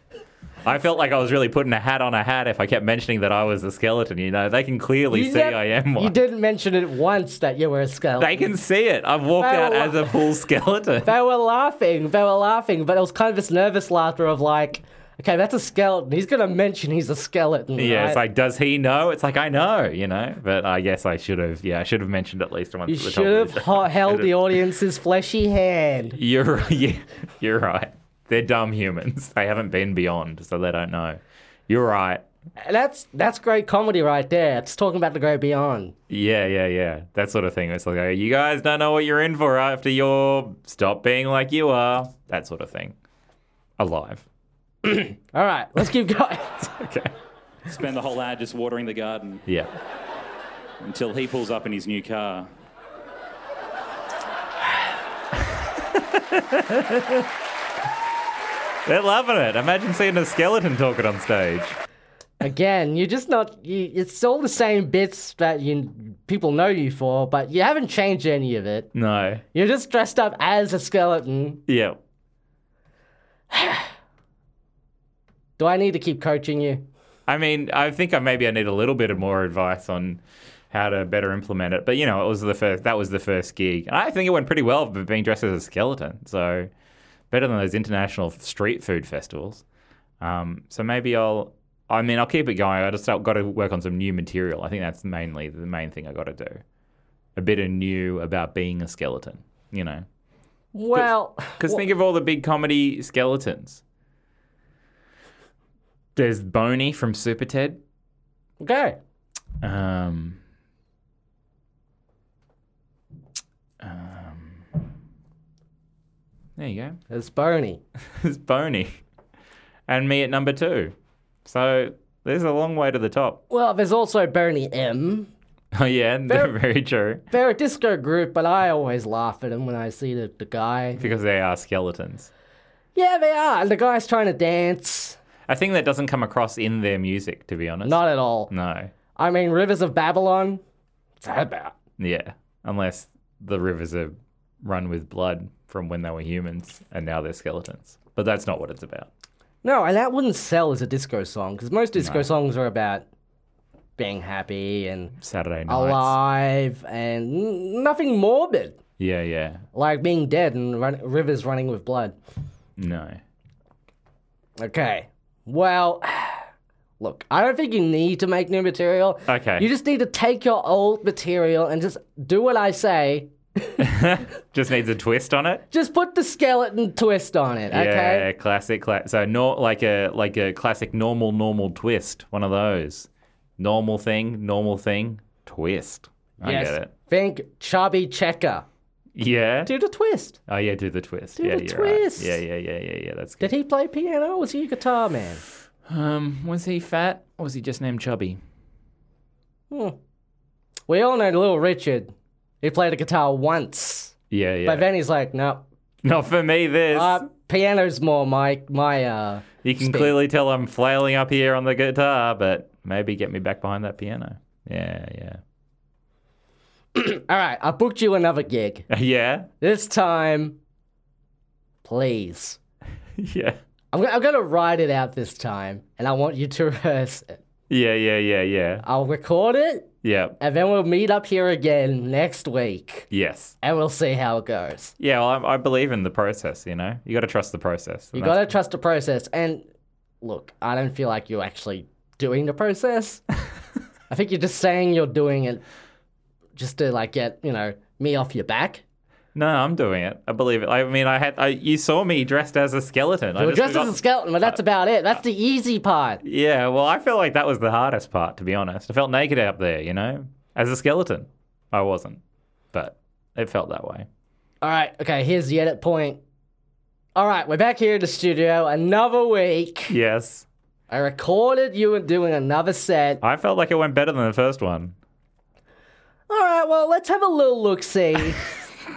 Speaker 3: I felt like I was really putting a hat on a hat if I kept mentioning that I was a skeleton. You know, they can clearly see
Speaker 2: nev-
Speaker 3: I am one.
Speaker 2: You didn't mention it once that you were a skeleton.
Speaker 3: They can see it. I've walked
Speaker 2: They
Speaker 3: out
Speaker 2: were-
Speaker 3: as a full skeleton.
Speaker 2: They were laughing. They were laughing, but it was kind of this nervous laughter of like, okay, that's a skeleton. He's gonna mention he's a skeleton.
Speaker 3: Yeah,
Speaker 2: right?
Speaker 3: it's like, does he know? It's like, I know, you know. But I guess I should have, yeah, I should have mentioned at least once.
Speaker 2: you
Speaker 3: at the top
Speaker 2: should have
Speaker 3: of the-
Speaker 2: ho- held
Speaker 3: Should've-
Speaker 2: the audience's fleshy hand.
Speaker 3: You're, yeah, you're right. They're dumb humans. They haven't been beyond, so they don't know. You're right.
Speaker 2: That's that's great comedy right there. It's talking about the go beyond.
Speaker 3: Yeah, yeah, yeah. That sort of thing. It's like, oh, you guys don't know what you're in for after you're stop being like you are. That sort of thing. Alive.
Speaker 2: All right, let's keep going.
Speaker 3: Okay.
Speaker 5: Spend the whole ad just watering the garden
Speaker 3: Yeah.
Speaker 5: until he pulls up in his new car.
Speaker 3: They're loving it. Imagine seeing a skeleton talking on stage.
Speaker 2: Again, you're just not. You, it's all the same bits that you people know you for, but you haven't changed any of it.
Speaker 3: No.
Speaker 2: You're just dressed up as a skeleton.
Speaker 3: Yeah.
Speaker 2: Do I need to keep coaching you?
Speaker 3: I mean, I think I maybe I need a little bit of more advice on how to better implement it. But you know, it was the first that was the first gig. And I think it went pretty well for being dressed as a skeleton. So better than those international street food festivals. Um, so maybe I'll I mean, I'll keep it going. I just got to work on some new material. I think that's mainly the main thing I got to do. A bit of new about being a skeleton, you know.
Speaker 2: Well,
Speaker 3: Because think of all the big comedy skeletons. There's Boney from Super Ted.
Speaker 2: okay.
Speaker 3: Um, um, there you go.
Speaker 2: It's Boney.
Speaker 3: It's Boney and me at number two. So there's a long way to the top.
Speaker 2: Well, there's also Boney M.
Speaker 3: Oh, yeah, they're very true
Speaker 2: They're a disco group, but I always laugh at them when I see the, the guy.
Speaker 3: because they are skeletons.
Speaker 2: Yeah, they are. And the guy's trying to dance.
Speaker 3: I think that doesn't come across in their music, to be honest.
Speaker 2: Not at all.
Speaker 3: No.
Speaker 2: I mean, Rivers of Babylon. What's that about?
Speaker 3: Yeah. Unless the rivers are run with blood from when they were humans and now they're skeletons. But that's not what it's about.
Speaker 2: No, and that wouldn't sell as a disco song because most disco songs are about being happy and
Speaker 3: Saturday nights.
Speaker 2: alive and n- nothing morbid,
Speaker 3: Yeah, yeah.
Speaker 2: like being dead and run- rivers running with blood.
Speaker 3: No.
Speaker 2: Okay. Well, look, I don't think you need to make new material.
Speaker 3: Okay.
Speaker 2: You just need to take your old material and just do what I say.
Speaker 3: Just needs a twist on it.
Speaker 2: Just put the skeleton twist on it,
Speaker 3: Yeah,
Speaker 2: okay?
Speaker 3: classic. Cla- so nor like a like a classic normal normal twist. One of those normal thing, normal thing, twist. I
Speaker 2: yes.
Speaker 3: get it.
Speaker 2: Think chubby checker.
Speaker 3: Yeah.
Speaker 2: Do the twist.
Speaker 3: Oh yeah, do the twist.
Speaker 2: Do
Speaker 3: yeah,
Speaker 2: the
Speaker 3: you're
Speaker 2: twist.
Speaker 3: Right. Yeah, yeah, yeah, yeah, yeah. That's good.
Speaker 2: Did he play piano or was he a guitar man?
Speaker 3: Um, was he fat or was he just named Chubby?
Speaker 2: We all know Little Richard. He played a guitar once.
Speaker 3: Yeah, yeah.
Speaker 2: But then he's like, no,
Speaker 3: Not for me. This
Speaker 2: uh, piano's more my, my uh,
Speaker 3: you can
Speaker 2: speak.
Speaker 3: clearly tell I'm flailing up here on the guitar, but maybe get me back behind that piano. Yeah, yeah,
Speaker 2: All right, I booked you another gig.
Speaker 3: yeah,
Speaker 2: This time, please.
Speaker 3: yeah.
Speaker 2: I'm, go- I'm going to write it out this time, and I want you to rehearse it.
Speaker 3: Yeah, yeah, yeah, yeah.
Speaker 2: I'll record it,
Speaker 3: Yeah.
Speaker 2: and then we'll meet up here again next week,
Speaker 3: Yes.
Speaker 2: and we'll see how it goes.
Speaker 3: Yeah, well, I, I believe in the process, you know? You got to trust the process.
Speaker 2: You
Speaker 3: and
Speaker 2: got to trust the process. And look, I don't feel like you're actually doing the process. I think you're just saying you're doing it just to, like, get, you know, me off your back.
Speaker 3: No, I'm doing it. I believe it. I mean, I had I, you saw me dressed as a skeleton. I
Speaker 2: You're
Speaker 3: just
Speaker 2: dressed
Speaker 3: forgot-
Speaker 2: as a skeleton, but that's about it. That's the easy part.
Speaker 3: Yeah, well, I feel like that was the hardest part, to be honest. I felt naked out there, you know? As a skeleton. I wasn't, but it felt that way.
Speaker 2: All right, okay, here's the edit point. All right, we're back here in the studio another week.
Speaker 3: Yes.
Speaker 2: I recorded you doing another set.
Speaker 3: I felt like it went better than the first one.
Speaker 2: All right, well, let's have a little look see.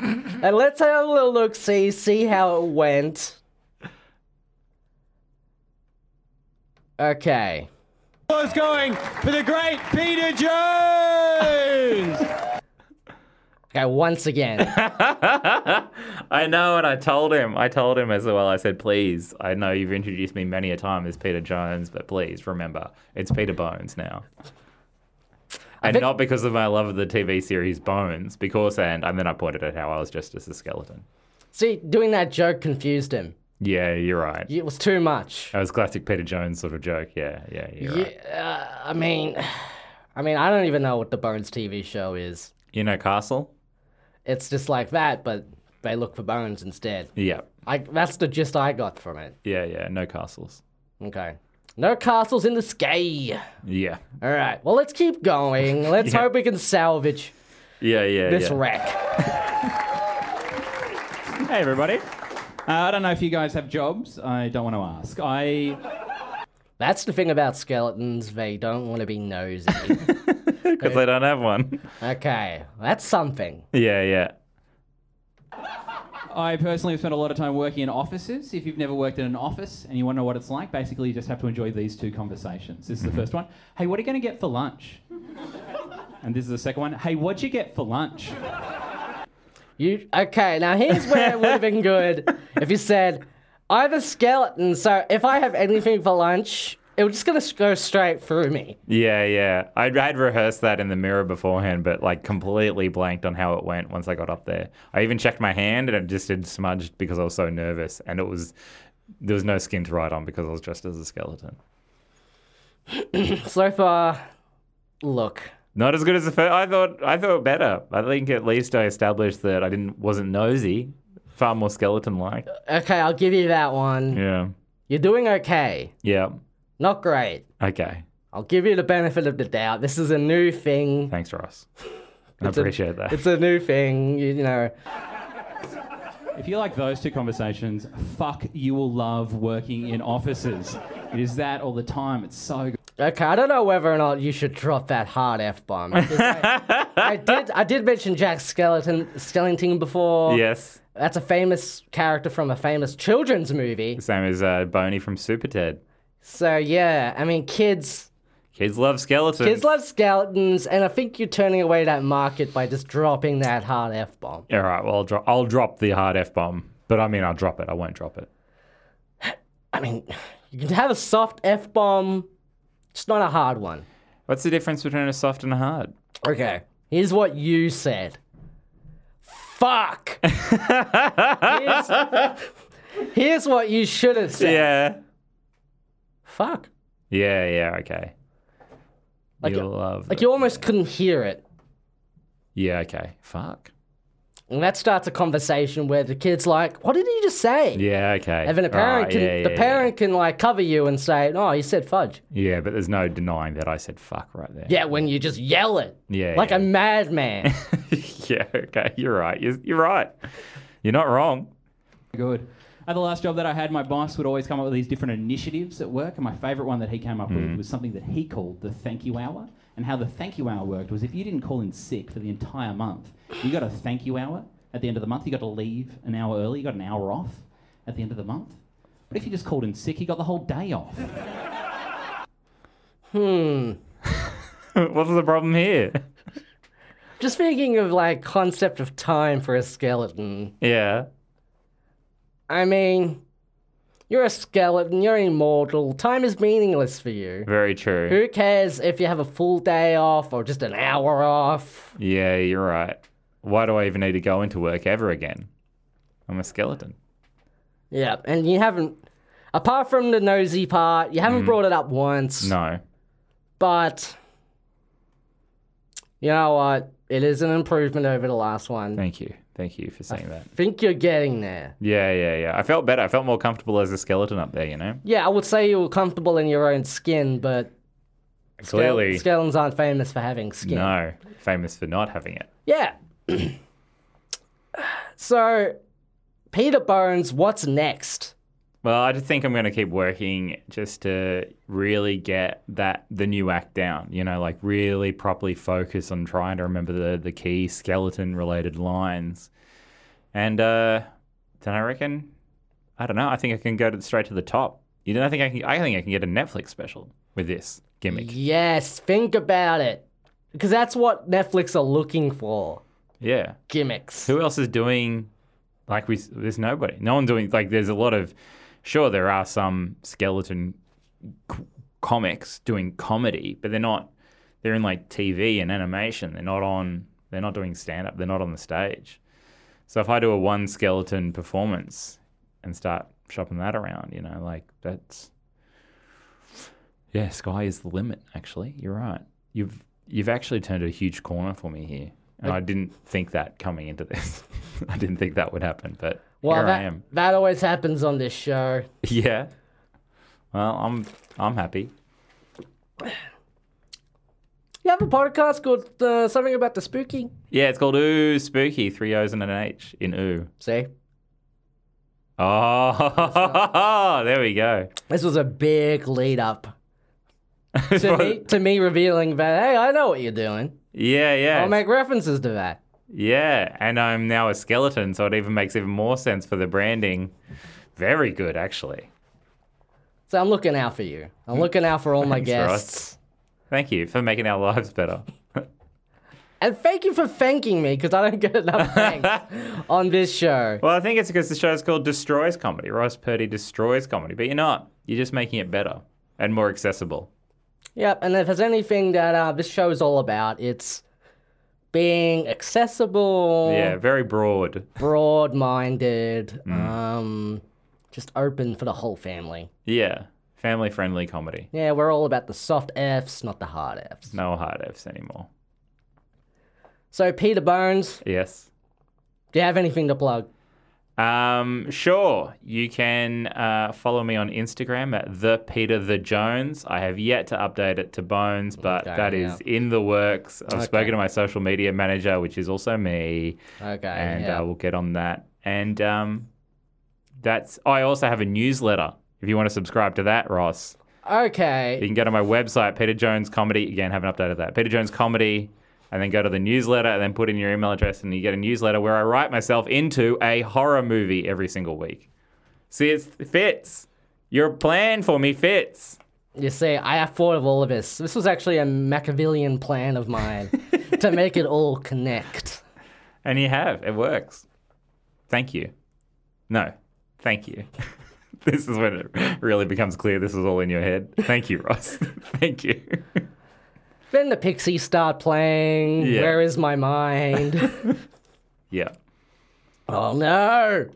Speaker 2: and let's have a little look see, see how it went. Okay.
Speaker 6: is going for the great Peter Jones.
Speaker 2: Okay, once again.
Speaker 3: I know, and I told him. I told him as well. I said, please, I know you've introduced me many a time as Peter Jones, but please remember, it's Peter Bones now. And
Speaker 2: think-
Speaker 3: not because of my love of the TV series Bones, because, and, and then I pointed at how I was just as a skeleton.
Speaker 2: See, doing that joke confused him.
Speaker 3: Yeah, you're right.
Speaker 2: It was too much.
Speaker 3: That was classic Peter Jones sort of joke. Yeah, yeah, you're right.
Speaker 2: Yeah, uh, I mean, I mean, I don't even know what the Bones TV show is.
Speaker 3: You know Castle?
Speaker 2: It's just like that, but they look for bones instead.
Speaker 3: Yeah.
Speaker 2: I, that's the gist I got from it.
Speaker 3: Yeah, yeah, no castles.
Speaker 2: Okay. No castles in the sky.
Speaker 3: Yeah.
Speaker 2: All right. Well, let's keep going. Let's
Speaker 3: Yeah.
Speaker 2: hope we can salvage
Speaker 3: Yeah, yeah,
Speaker 2: this
Speaker 3: yeah.
Speaker 2: wreck.
Speaker 5: Hey, everybody. Uh, I don't know if you guys have jobs. I don't want to ask. I
Speaker 2: That's the thing about skeletons. They don't want to be nosy.
Speaker 3: Because they don't have one.
Speaker 2: okay. That's something.
Speaker 3: yeah, yeah.
Speaker 5: I personally have spent a lot of time working in offices. If you've never worked in an office and you want to know what it's like, basically you just have to enjoy these two conversations. This is the first one. Hey, what are you going to get for lunch? And this is the second one. Hey, what'd you get for lunch?
Speaker 2: You okay? Now here's where it would have been good if you said, "I'm a skeleton, so if I have anything for lunch, it was just gonna s- go straight through me."
Speaker 3: Yeah, yeah. I'd, I'd rehearsed that in the mirror beforehand, but like completely blanked on how it went once I got up there. I even checked my hand and it just had smudged because I was so nervous and it was, there was no skin to write on because I was dressed as a skeleton.
Speaker 2: So far, look.
Speaker 3: Not as good as the first. I thought I thought better. I think at least I established that I didn't wasn't nosy, far more skeleton like.
Speaker 2: Okay, I'll give you that one.
Speaker 3: Yeah.
Speaker 2: You're doing okay.
Speaker 3: Yeah.
Speaker 2: Not great.
Speaker 3: Okay.
Speaker 2: I'll give you the benefit of the doubt. This is a new thing.
Speaker 3: Thanks, Ross. I
Speaker 2: It's a-
Speaker 3: appreciate that.
Speaker 2: It's a new thing, you, you know.
Speaker 5: If you like those two conversations, fuck, you will love working in offices. It is that all the time. It's so good.
Speaker 2: Okay, I don't know whether or not you should drop that hard f bomb. I, I did. I did mention Jack Skeleton, Skellington before.
Speaker 3: yes.
Speaker 2: That's a famous character from a famous children's movie.
Speaker 3: Same as uh, Boney from Super Ted.
Speaker 2: So yeah, I mean, kids,
Speaker 3: Kids love skeletons.
Speaker 2: kids love skeletons, and I think you're turning away that market by just dropping that hard f bomb.
Speaker 3: All right. Well, I'll drop. I'll drop the hard f bomb. But I mean, I'll drop it. I won't drop it.
Speaker 2: I mean, you can have a soft f bomb, just not a hard one.
Speaker 3: What's the difference between a soft and a hard?
Speaker 2: Okay, here's what you said. Fuck. here's, here's what you should have said.
Speaker 3: Yeah.
Speaker 2: fuck.
Speaker 3: Yeah, yeah, okay.
Speaker 2: Like,
Speaker 3: you love
Speaker 2: Like
Speaker 3: it.
Speaker 2: you almost couldn't hear it.
Speaker 3: Yeah, okay. Fuck.
Speaker 2: And that starts a conversation where the kid's like, what did he just say?
Speaker 3: Yeah, okay.
Speaker 2: And then a parent
Speaker 3: Alright,
Speaker 2: can, the
Speaker 3: yeah, yeah, yeah.
Speaker 2: parent can like cover you and say, no, he said fudge.
Speaker 3: Yeah. but there's no denying that I said fuck right there.
Speaker 2: Yeah, when you just yell it.
Speaker 3: Yeah,
Speaker 2: Like
Speaker 3: yeah.
Speaker 2: a madman.
Speaker 3: yeah, okay. You're right. You're, you're right. You're not wrong.
Speaker 5: Good. At the last job that I had, my boss would always come up with these different initiatives at work, and my favourite one that he came up with was something that he called the thank you hour. And how the thank you hour worked was if you didn't call in sick for the entire month, you got a thank you hour at the end of the month. You got to leave an hour early. You got an hour off at the end of the month. But if you just called in sick, you got the whole day off.
Speaker 3: What's the problem here?
Speaker 2: just thinking of like concept of time for a skeleton.
Speaker 3: Yeah.
Speaker 2: I mean, you're a skeleton, you're immortal. Time is meaningless for you.
Speaker 3: Very true.
Speaker 2: Who cares if you have a full day off or just an hour off?
Speaker 3: Yeah, you're right. Why do I even need to go into work ever again? I'm a skeleton.
Speaker 2: Yeah, and you haven't, apart from the nosy part, you haven't brought it up once.
Speaker 3: Mm. No.
Speaker 2: But, you know what? It is an improvement over the last one. I
Speaker 3: Thank you. Thank you for saying that.
Speaker 2: think you're getting there.
Speaker 3: Yeah, yeah, yeah. I felt better. I felt more comfortable as a skeleton up there, you know?
Speaker 2: Yeah, I would say you were comfortable in your own skin, but skele-
Speaker 3: Clearly.
Speaker 2: skeletons aren't famous for having skin.
Speaker 3: No. Famous for not having it.
Speaker 2: Yeah. so, Peter Bones, what's next?
Speaker 3: Well, I just think I'm going to keep working just to really get that the new act down. You know, like really properly focus on trying to remember the the key skeleton related lines, and uh, then I reckon, I don't know. I think I can go to, straight to the top. You know, I think I can. I think I can get a Netflix special with this gimmick.
Speaker 2: Yes, think about it. Because that's what Netflix are looking for
Speaker 3: Yeah.
Speaker 2: gimmicks.
Speaker 3: Who else is doing? Like we, there's nobody. No one doing. Like there's a lot of. Sure, there are some skeleton c- comics doing comedy, but they're not. They're in like TV and animation. They're not on. They're not doing stand up. They're not on the stage. So if I do a one skeleton performance and start shopping that around, you know, like that's. Yeah, sky is the limit. Actually, you're right. You've you've actually turned a huge corner for me here, and I didn't think that coming into this. I didn't think that would happen, but
Speaker 2: well,
Speaker 3: here
Speaker 2: that,
Speaker 3: I am.
Speaker 2: that always happens on this show.
Speaker 3: Yeah. Well, I'm I'm happy.
Speaker 2: You have a podcast called uh, Something About the Spooky.
Speaker 3: Yeah, it's called Ooh Spooky, three O's and an H in Ooh.
Speaker 2: See?
Speaker 3: Oh, there we go.
Speaker 2: This was a big lead up to, me, to me revealing that, hey, I know what you're doing.
Speaker 3: yeah, yeah.
Speaker 2: I'll make references to that.
Speaker 3: Yeah, and I'm now a skeleton, so it even makes even more sense for the branding. Very good, actually.
Speaker 2: So I'm looking out for you. I'm looking out for all my
Speaker 3: Hmm. Thanks, Ross.
Speaker 2: guests.
Speaker 3: Thank you for making our lives better.
Speaker 2: And thank you for thanking me because I don't get enough thanks on this show.
Speaker 3: Well, I think it's because the show's called Destroys Comedy. Ross Purdy destroys comedy, but you're not. You're just making it better and more accessible.
Speaker 2: Yep, and if there's anything that uh, this show is all about, it's being accessible,
Speaker 3: Yeah, Mm. very broad.
Speaker 2: broad minded, um, just open for the whole family.
Speaker 3: Yeah, family friendly comedy.
Speaker 2: Yeah, we're all about the soft Fs, not the hard Fs.
Speaker 3: No hard F's anymore.
Speaker 2: So, Peter Bones,
Speaker 3: Yes.
Speaker 2: do you have anything to plug?
Speaker 3: Um, sure. You can uh, follow me on Instagram at the Peter the Jones. I have yet to update it to Bones, but
Speaker 2: Okay,
Speaker 3: that is in the works. I've
Speaker 2: Okay.
Speaker 3: spoken to my social media manager, which is also me,
Speaker 2: Okay.
Speaker 3: and
Speaker 2: yeah.
Speaker 3: uh, we'll get on that. And um, that's. I also have a newsletter. If you want to subscribe to that, Ross, you
Speaker 2: okay.
Speaker 3: can go to my website, Peter Jones Comedy. Again, haven't updated that. Peter Jones Comedy, and then go to the newsletter, and then put in your email address, and you get a newsletter where I write myself into a horror movie every single week. See, it's, it fits. Your plan for me fits.
Speaker 2: You see, I have thought of all of this. This was actually a Machiavellian plan of mine to make it all connect.
Speaker 3: And you have. It works. Thank you. No, thank you. this is when it really becomes clear this is all in your head. Thank you, Ross. thank you.
Speaker 2: Then the Pixies start playing.
Speaker 3: Yeah.
Speaker 2: Where is my mind?
Speaker 3: yeah.
Speaker 2: oh no!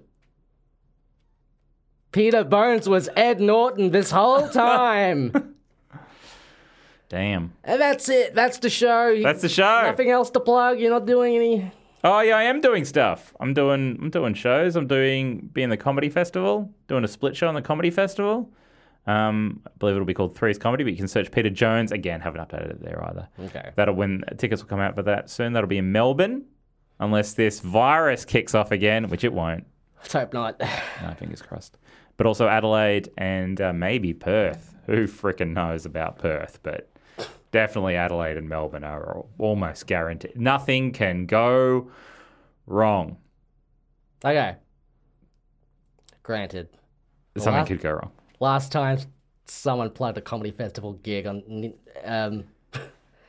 Speaker 2: Peter Burns was Ed Norton this whole time.
Speaker 3: Damn.
Speaker 2: and that's it. That's the show.
Speaker 3: That's the show.
Speaker 2: Nothing else to plug. You're not doing any.
Speaker 3: Oh yeah, I am doing stuff. I'm doing I'm doing shows. I'm doing being the comedy festival, doing a split show on the comedy festival. Um, I believe it'll be called Three's Comedy, but you can search Peter Jones again. Haven't updated it there either.
Speaker 2: Okay.
Speaker 3: That'll when tickets will come out for that soon. That'll be in Melbourne, unless this virus kicks off again, which it won't.
Speaker 2: Let's hope not.
Speaker 3: No, fingers crossed. But also Adelaide and uh, maybe Perth. Who frickin' knows about Perth? But definitely Adelaide and Melbourne are al- almost guaranteed. Nothing can go wrong.
Speaker 2: Okay. Granted.
Speaker 3: Something
Speaker 2: Well, I-
Speaker 3: could go wrong.
Speaker 2: Last time someone plugged a comedy festival gig on um,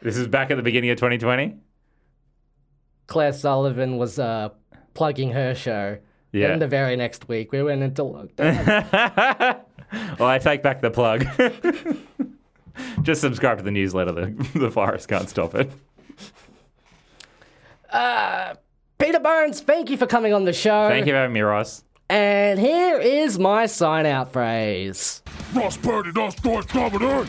Speaker 3: This is back at the beginning of 2020.
Speaker 2: Claire Sullivan was uh, plugging her show.
Speaker 3: Yeah.
Speaker 2: Then the very next week we went into lockdown.
Speaker 3: well, I take back the plug. Just subscribe to the newsletter. The, the virus can't stop it.
Speaker 2: Peter Burns, thank you for coming on the show.
Speaker 3: Thank you for having me, Ross.
Speaker 2: And here is my sign out phrase.
Speaker 1: Prosperity, that's the governor.